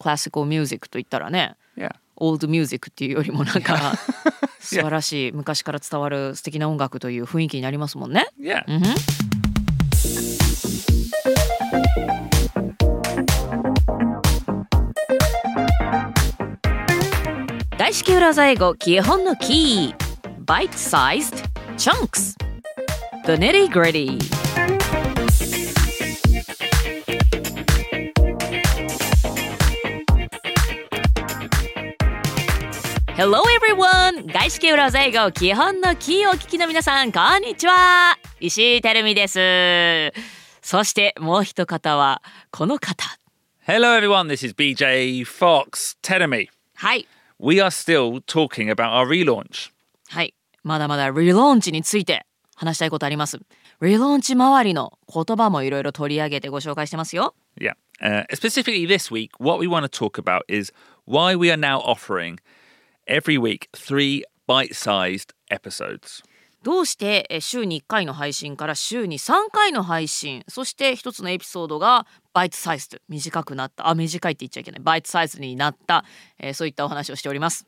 クラシックミュージックといったらね Yeah. オールドミュージックっていうよりもなんか素晴らしい昔から伝わる素敵な音楽という雰囲気になりますもんね。 Yeah. うんふん大式裏技英語基本のキー Bite-sized chunks The nitty gritty ヘ e l l o everyone! 外資系裏技英語基本のキーをお聞きの皆さん、こんにちは石井てるみです。そしてもう一方は、この方。 Hello, everyone. This is BJ Fox. Tell me, はい。 we are still talking about our relaunch. はい。まだまだリローンチについて話したいことあります。リローンチ周りの言葉もいろいろ取り上げてご紹介してますよ。 Yeah. Uh, specifically this week, what we want to talk about is why we are now offering every week three bite sized episodes. どうしてえー週に1回の配信から週に3回の配信そして1つのエピソードがバイトサイズ短くなったあ短いって言っちゃいけないバイトサイズになった、えーそういったお話をしております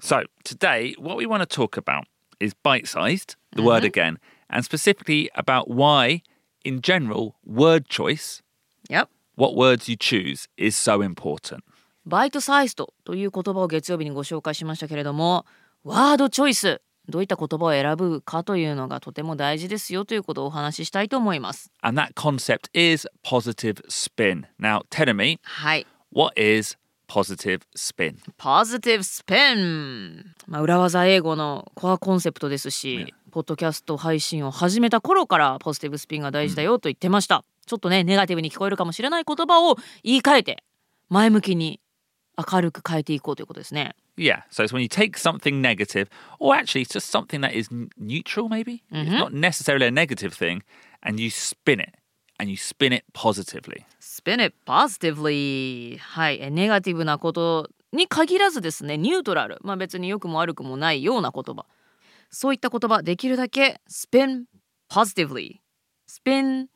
So today, what we want to talk about is bite sized, the word again, and specifically about why, in general, word choice, Yep. what words you choose, is so important. バイトサイズという言葉を月曜日にご紹介しましたけれどもワードチョイスどういった言葉を選ぶかというのがとても大事ですよということをお話ししたいと思います。 And that concept is positive spin. Now, tell me, はい。 what is positive spin? ポジティブスピン、まあ、裏技英語のコアコンセプトですし、ポッドキャスト配信を始めた頃からポジティブスピンが大事だよと言ってました、ちょっとねネガティブに聞こえるかもしれない言葉を言い換えて前向きに明るく変えていこうということですね Yeah, so it's when you take something negative, or actually it's just something that is n- neutral, maybe it's not necessarily a negative thing, and you spin it, and you spin it positively. Spin it positively はいえネガティブなことに限らずですねニュートラルまあ別に良くも悪くもないような言葉そういった言葉できるだけ spin positively spin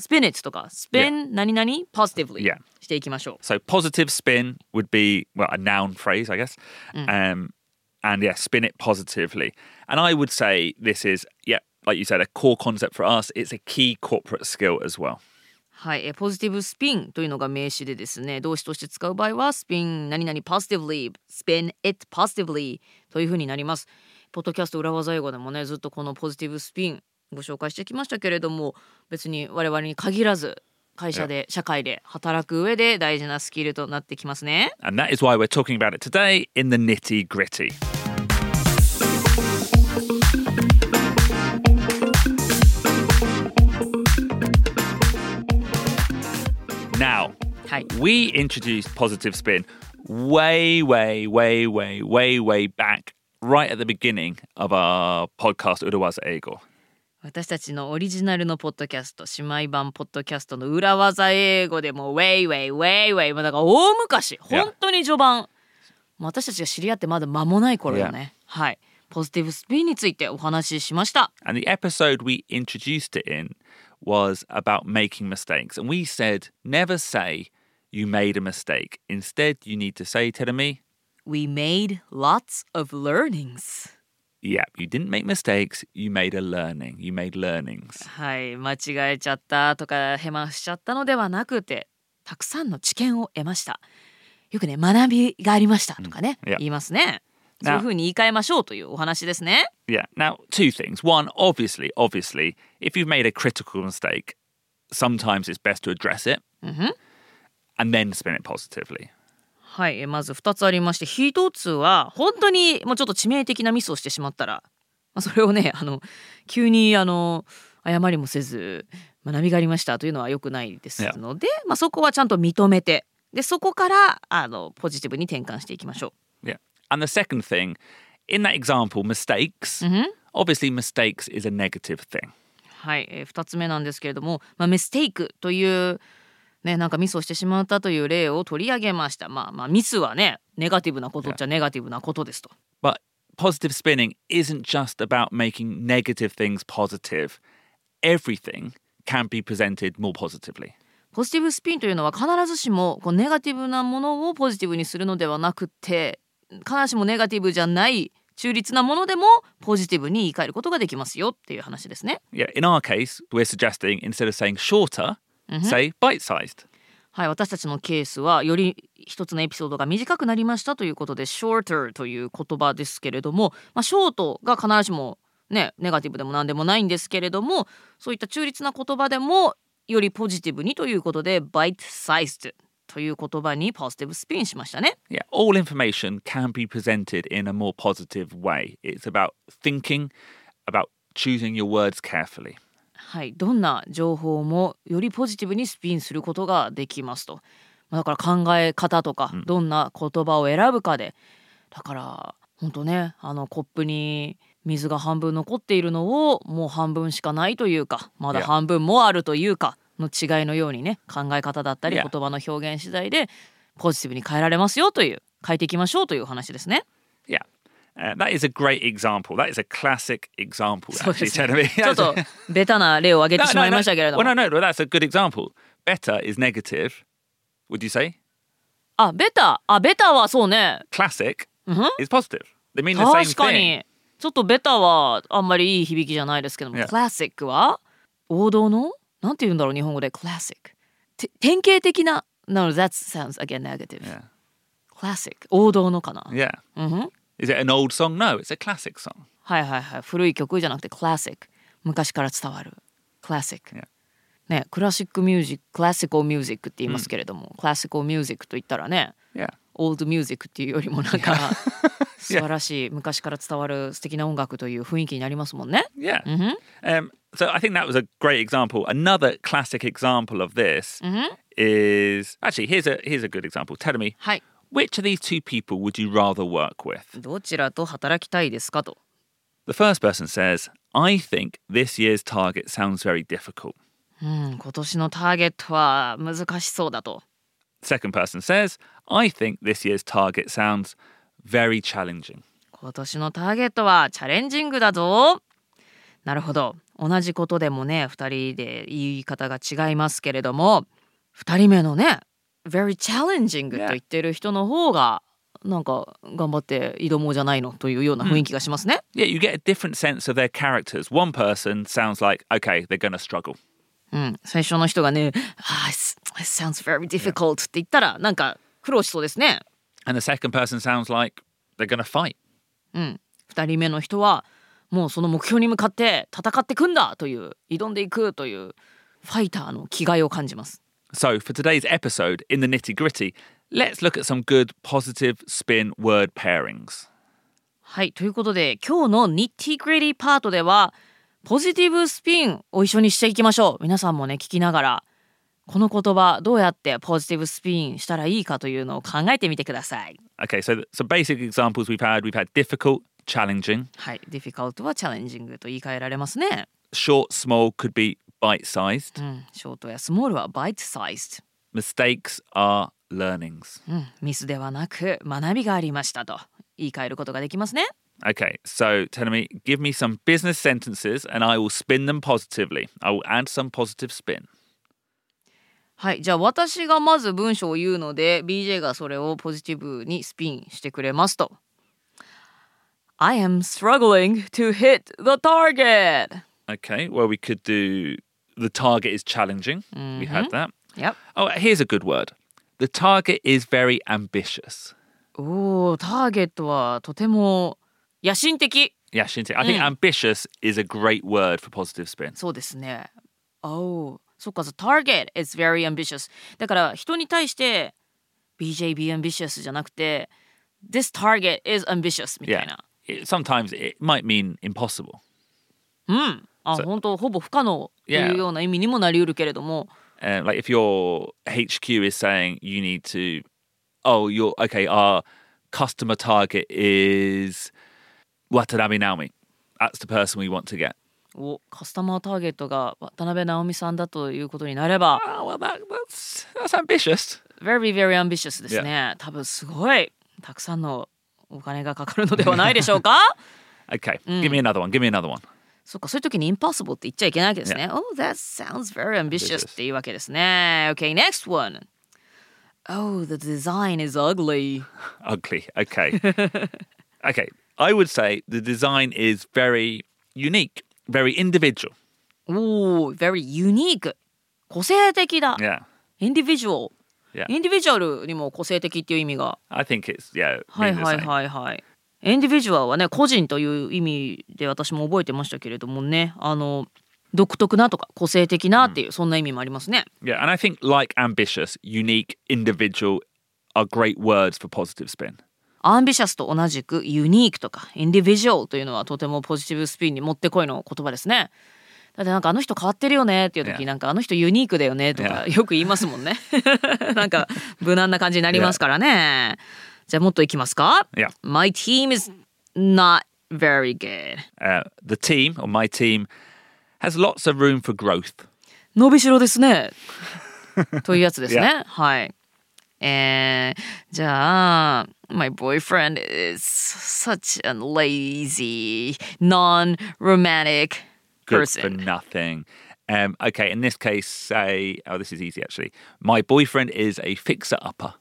spin it とか spin 何々 positively Yeah. していきましょ So positive spin would be well a noun phrase, I guess, um, and yeah, spin it positively. And I would say this is yeah, like you said, a core concept for us. It's a key corporate skill as う well. はいえポジティブスピンというのが名詞でですね動詞として使う場合は spin 何々 positively spin it positively というふうになりますポッドキャスト裏技英語でもねずっとこのポジティブスピンご紹介してきましたけれども別に我々に限らず会社で社会で働く上で大事なスキルとなってきますね And that is why we're talking about it today in the nitty gritty. なはい o we introduced positive spin way, way, way, way, way, way back, right at the beginning of our podcast, Uruwaza Ego. 私たちのオリジナルのポッドキャスト姉妹版ポッドキャストの裏技英語でもウェイウェイウェイウェイもうだから大昔本当に序盤もう私たちが知り合ってまだ間もない頃よねはいポジティブスピンについてお話ししました And the episode we introduced it in was about making mistakes. And we said, never say you made a mistake. Instead, you need to say, Teremi, We made lots of learnings yeah, you didn't make mistakes. You made a learning. You made learnings. はい間違えちゃったとかヘマしちゃったのではなくてたくさんの知見を得ましたよくね学びがありましたとかね、うんいや言いますねそなういうふうに言い換えましょうというお話ですね Yeah. Now, two things. One, obviously, obviously, if you've made a critical mistake, sometimes it's best to address it and then spin it positively. はい、えまず2つありまして1つは本当にもうちょっと致命的なミスをしてしまったら、まあ、それをねあの急にあの謝りもせず学びがありましたというのは良くないですので、まあ、そこはちゃんと認めてでそこからあのポジティブに転換していきましょう。 Yeah. And the second thing, in that example, mistakes, obviously, mistakes is a negative thing. はい、えー、2つ目なんですけれども、まあ、ミステイクという、ね、なんかミスをしてしまったという例を取り上げました。まあ、まあミスはねネガティブなことっちゃネガティブなことですと。 But positive spinning isn't just about making negative things positive. Everything can be presented more positively. ポジティブスピンというのは必ずしもこうネガティブなものをポジティブにするのではなくて必ずしもネガティブじゃない中立なものでもポジティブに言い換えることができますよっていう話ですね。 Yeah, in our case, we're suggesting instead of saying shorter, say bite sized. はい、私たちのケースはより一つのエピソードが短くなりましたということで shorter という言葉ですけれども、まあ、ショートが必ずしもねネガティブでも何でもないんですけれどもそういった中立な言葉でもよりポジティブにということで bite sized という言葉にポジティブスピンしましたね。 Yeah, all information can be presented in a more positive way. It's about thinking, about choosing your words carefully. はい、どんな情報もよりポジティブにスピンすることができますと。まあだから考え方とか、どんな言葉を選ぶかで。だから、本当ね、あのコップに水が半分残っているのを、もう半分しかないというか、まだ Yeah. 半分もあるというか。の違いのようにね、考え方だったり、言 Yeah. 葉の表現次第で。ポジティブに変えられますよという、変えていきましょうというお話ですね。 Yeah. Uh, that is a great example. That is a classic example, そうで actually, すね Jeremy. ちょっ That's a- とベタな例を挙げてしまいましたけれども Well,。no, no, no, that's a good example. Better is negative, would you say? あ、ベタ、あ、ベタはそうね。 Classic Mhm. is positive. They mean the 確 same か thing. にちょっとベタはあんまりいい響きじゃないですけども、 Yeah. クラシックは王道のなんて言うんだろう日本語でクラシックて典型的な No, that sounds again negative. Yeah. クラシック王道のかな、 Yeah. うんふん Is it an old song? No, it's a classic song. はいはいはい古い曲じゃなくてクラシック昔から伝わるクラシック、 Yeah. ねクラシックミュージッククラシカルミュージックって言いますけれども、クラシカルミュージックと言ったらね Yeah. オールドミュージックっていうよりもなんか素晴らしい昔から伝わる素敵な音楽という雰囲気になりますもんね。 Yeah. Um, so I think that was a great example. Another classic example of this is actually here's a here's a good example. Tell me, はい。 which of these two people would you rather work with? どちらと働きたいですかと。 The first person says, "I think this year's target sounds very difficult." うん、今年のターゲットは難しそうだと。 Second person says, "I think this year's target sounds very challenging." 今年のターゲットはチャレンジングだぞ。なるほど。同じことでもね、二人で言い方が違いますけれども、二人目のね、very challenging と言ってる人の方が、なんか頑張って挑もうじゃないのというような雰囲気がしますね。 Yeah, you get a different sense of their characters. One person sounds like, "Okay, they're going to struggle." うん、最初の人がね「ああ、it's- it sounds very difficult」って言ったらなんか苦労しそうですね。 And the second person sounds like they're going to fight. うん、2人目の人はもうその目標に向かって戦ってくんだという挑んでいくというファイターの気概を感じます。 So, for today's episode, in the nitty gritty, let's look at some good positive spin word pairings. はいということで今日のニッティグリティパートではポジティブスピンを一緒にしていきましょう。皆さんもね聞きながらこの言葉どうやってポジティブスピンしたらいいかというのを考えてみてください。 Okay, so th- some basic examples we've had we've had difficult, challenging, はい、difficult はチャレンジングと言い換えられますね。 short, small could be bite sized, うん、ショートやスモールはバイトサイズ。 mistakes are learnings. うん、ミスではなく学びがありましたと言い換えることができますね。 Okay, so tell me, give me some business sentences and I will spin them positively. I will add some positive spin. はい、じゃあ私がまず文章を言うので BJ がそれをポジティブにスピンしてくれますと。I am struggling to hit the target. Okay, well, we could do the target is challenging. We had that. Yep. Oh, here's a good word. The target is very ambitious. おお、ターゲットはとても野心的。 Yeah, Shinti. I think ambitious is a great word for positive spin. そうですね。Oh, そっか、the target is very ambitious. だから人に対して BJ be ambitious じゃなくて This target is ambitious みた Yeah. いな。 It- sometimes it might mean impossible. うん。あ、 So- 本当ほぼ不可能と Yeah. いうような意味にもなりうるけれども、 Uh, like if your HQ is saying you need to, oh, you're okay, our customer target is Watanabe Naomi. That's the person we want to get. おカスタマーターゲットが渡辺直美さんだということになれば Oh, well, that, that's, that's ambitious. very very ambitious ですね。多分すごいたくさんのお金がかかるのではないでしょうか。 Okay, give me another one. Give me another one. そっか、そういう時に impossible って言っちゃいけないわけですね。Oh, that sounds very ambitious Ambitious. っていうわけですね。Okay, next one. Oh, the design is ugly. Ugly. Okay. okay. I would say the design is very unique, very individual. Ooh, very unique. 個性的だ。 Yeah. Individual. Yeah. インディビジュアルにも個性的っていう意味が。 I think it's, yeah. は mean い the はい same. はいはい。インディビジュアルはね、個人という意味で私も覚えてましたけれどもね、あの、独特なとか個性的なっていう、そんな意味もありますね。 Yeah. And I think like ambitious, unique, individual are great words for positive spin. アンビシャスと同じくユニークとかインディビジュアルというのはとてもポジティブスピンにもってこいの言葉ですね。だってなんかあの人変わってるよねっていう時 Yeah. なんかあの人ユニークだよねとか Yeah. よく言いますもんね。 なんか無難な感じになりますからね。じゃあもっといきますか Yeah. ?My team is not very good. Uh, the team or my team has lots of room for growth. 伸びしろですね。 というやつですね。 Yeah. はい。えー、じゃあ、My boyfriend is such a lazy, non-romantic Good for person. nothing. Um, okay. In this case, say, oh, this is easy actually. My boyfriend is a fixer upper.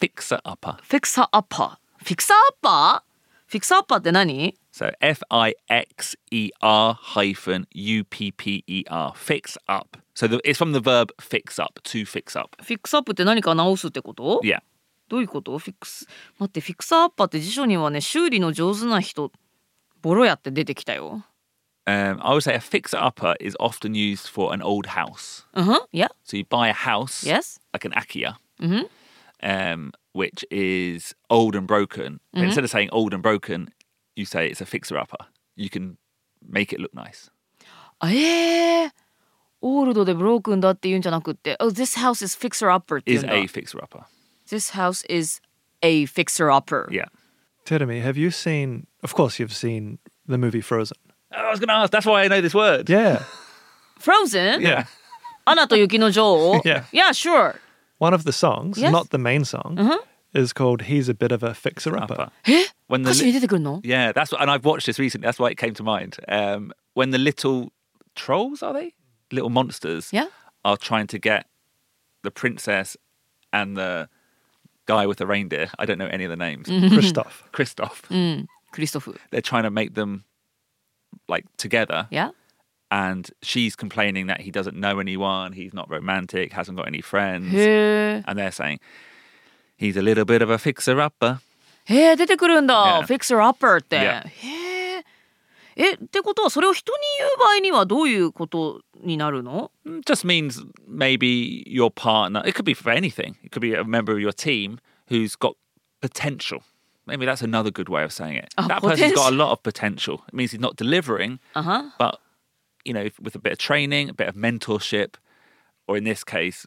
Fixer upper. Fixer upper. Fixer upper? Fixer upper って何 So F I X E R hyphen U P P E R. Fix up. So the, it's from the verb fix up, to fix up. ?Fix up って何か直すってこと、 Yeah. どういうことフィックス待って、フィクサーアッパーって辞書にはね、修理の上手な人、ボロやって出てきたよ。 Um, I would say a fixer upper is often used for an old house. うんふん ?Yeah? So you buy a house, Yes? like an Akia, um, which is old and broken. But Instead of saying old and broken, you say it's a fixer upper. You can make it look nice. あえー、オールドでブロークンだって言うんじゃなくって、Oh, this house is fixer upper って言 Is うんだ。 a fixer upper. This house is a fixer upper. Yeah. Teremi, have you seen? Of course, you've seen the movie Frozen. Oh, I was going to ask. That's why I know this word. Yeah, Frozen? Yeah. アナと雪の女 王 Yeah. Yeah, sure. one of the songs, Yes. not the main song, is called "He's a Bit of a Fixer Upper." Upper. When the 歌詞に出てくるの Yeah, that's what, and I've watched this recently. That's why it came to mind. Um, when the little trolls are they little monsters? Yeah. are trying to get the princess and the guy with the reindeer. I don't know any of the names. Mm-hmm. Christoph. Kristoff. クリストフ。 They're trying to make them like together, Yeah? and she's complaining that he doesn't know anyone. He's not romantic. Hasn't got any friends. へえ。 And they're saying he's a little bit of a fixer-upper. へえ、出てくるんだ。 Yeah. fixer upper って。 Yeah. へえ。え、ってことはそれを人に言う場合にはどういうことになるの Mm, just means maybe your partner. It could be for anything. It could be a member of your team who's got potential. Maybe that's another good way of saying it. Oh, that person's potential. got a lot of potential. It means he's not delivering, あは。 but you know, if- with a bit of training, a bit of mentorship, or in this case,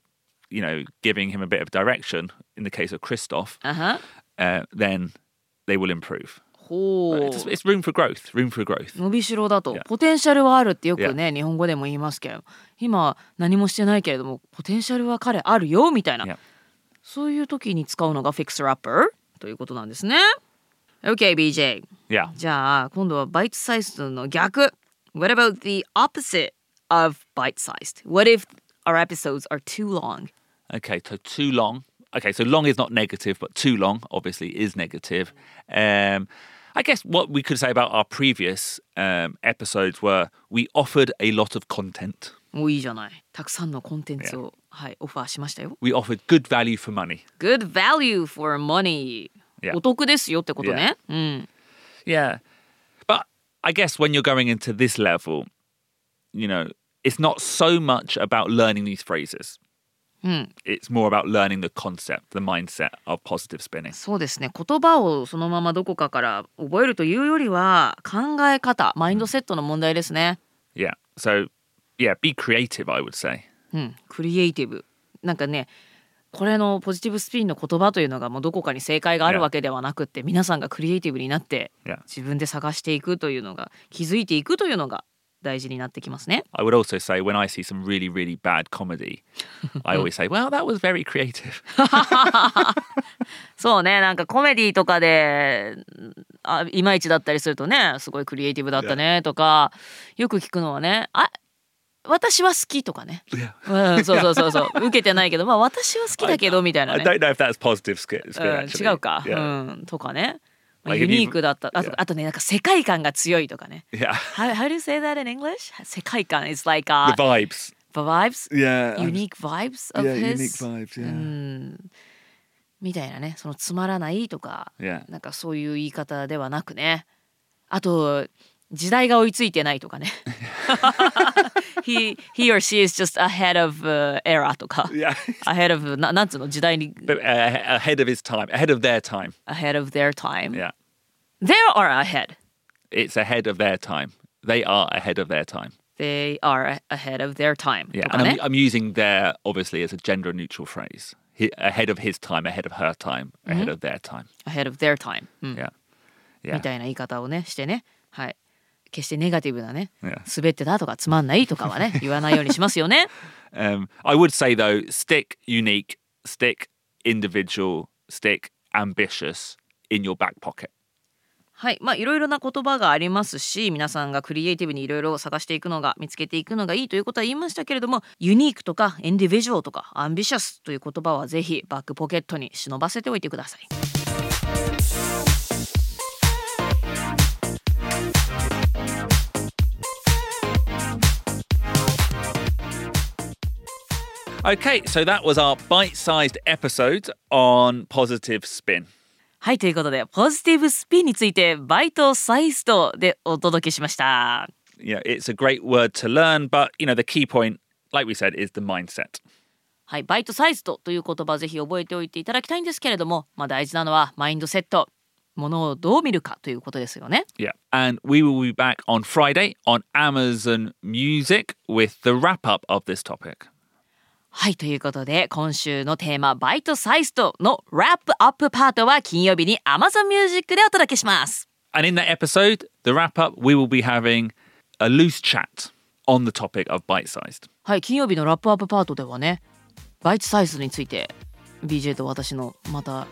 you know, giving him a bit of direction. In the case of Christoph, あは。 uh, then they will improve. ほ But う It's,。it's room for growth. Room for growth. 伸びしろだと Yeah. ポテンシャルはあるってよくね日本語でも言いますけど今何もしてないけれどもポテンシャルは彼あるよみたいな Yeah. そういう時に使うのが Fixer Upper ということなんですね OKBJ、 Yeah. じゃあ今度はバイトサイズの逆 What about the opposite of bite-sized? What if our episodes are too long? Okay, so too long. Okay, so long is not negative, but too long obviously is negative. Um, I guess what we could say about our previous um, episodes were we offered a lot of content. もういいじゃないたくさんのコンテンツを、はい、オファーしましたよ We offered good value for money. Good value for money、 Yeah. お得ですよってことね、うん Yeah. But I guess when you're going into this level, you know, it's not so much about learning these phrases. It's more about learning the concept, the mindset of positive spinning. そうですね言葉をそのままどこかから覚えるというよりは考え方マインドセットの問題ですね Yeah. So, yeah, be creative, I would say. うんクリエイティブなんかねこれのポジティブスピンの言葉というのがもうどこかに正解がある Yeah. わけではなくって皆さんがクリエイティブになって Yeah. 自分で探していくというのが気づいていくというのが大事になってきますね I would also say when I see some really, really bad comedy, I always say, well, that was very creative. そうねなんかコメディとかであいまいちだったりするとねすごいクリエイティブだったねとかよく聞くのはねあ私は好きとかね、 Yeah. うん、そうそうそうそう受けてないけどまあ私は好きだけどみたいな I ね don't know if that's positive spin. spin うん actually. 違うか、 Yeah. うん、とかね、まあ Like, ユ if you- ニークだったあと Yeah. あとねなんか世界観が強いとかね Yeah. how, how do you say that in English 世界観 is like a The vibes. vibes Yeah. unique vibes of Yeah, his Hmm. unique vibes. う Yeah. んみたいなねそのつまらないとか Yeah. なんかそういう言い方ではなくねあと時代が追いついてないとかね he, he or she is just ahead of、era とか Yeah. ahead of ななんつうの時代に But uh, ahead of his time, ahead of their time. ahead of their time Yeah. They are ahead. It's ahead of their time. They are ahead of their time. They are ahead of their time. Yeah. とか And ね I'm, I'm using their obviously as a gender neutral phrase. He, ahead of his time, ahead of her time, Mm-hmm. ahead of their time. ahead of their time、うん Yeah. み Yeah. たいな言い方をねしてね。はい。決してネガティブなね、 Yeah. 滑ってたとかつまんないとかはね言わないようにしますよね。 Um, I would say though, stick unique, stick individual, stick ambitious in your back pocket. はい。まあいろいろな言葉がありますし、皆さんがクリエイティブにいろいろ探していくのが、見つけていくのがいいということは言いましたけれども、ユニークとかインディビジュアルとかアンビシャスという言葉はぜひバックポケットに忍ばせておいてください。 Okay, so that was our bite-sized episode on positive spin. はい、ということで、ポジティブスピンについてバイトサイズとでお届けしました。 You know, it's a great word to learn, but you know, the key point, like we said, is the mindset. はい、バイトサイズとという言葉ぜひ覚えておいていただきたいんですけれども、まあ、大事なのはマインドセット。ものをどう見るかということですよね。 Yeah. And we will be back on Friday on Amazon Music with the wrap-up of this topic. はい、ということで、今週のテーマ、バイトサイズとのラップアップパートは金曜日に Amazon Music でお届けします。 And in that episode, the wrap-up, we will be having a loose chat on the topic of bite-sized. はい、金曜日のラップアップパートではね、バイトサイズについて BJ と私のまた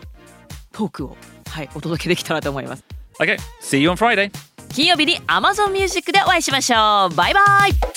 トークを、はい、お届けできたらと思います。 Okay, see you on Friday. 金曜日に Amazon Music でお会いしましょう。バイバイ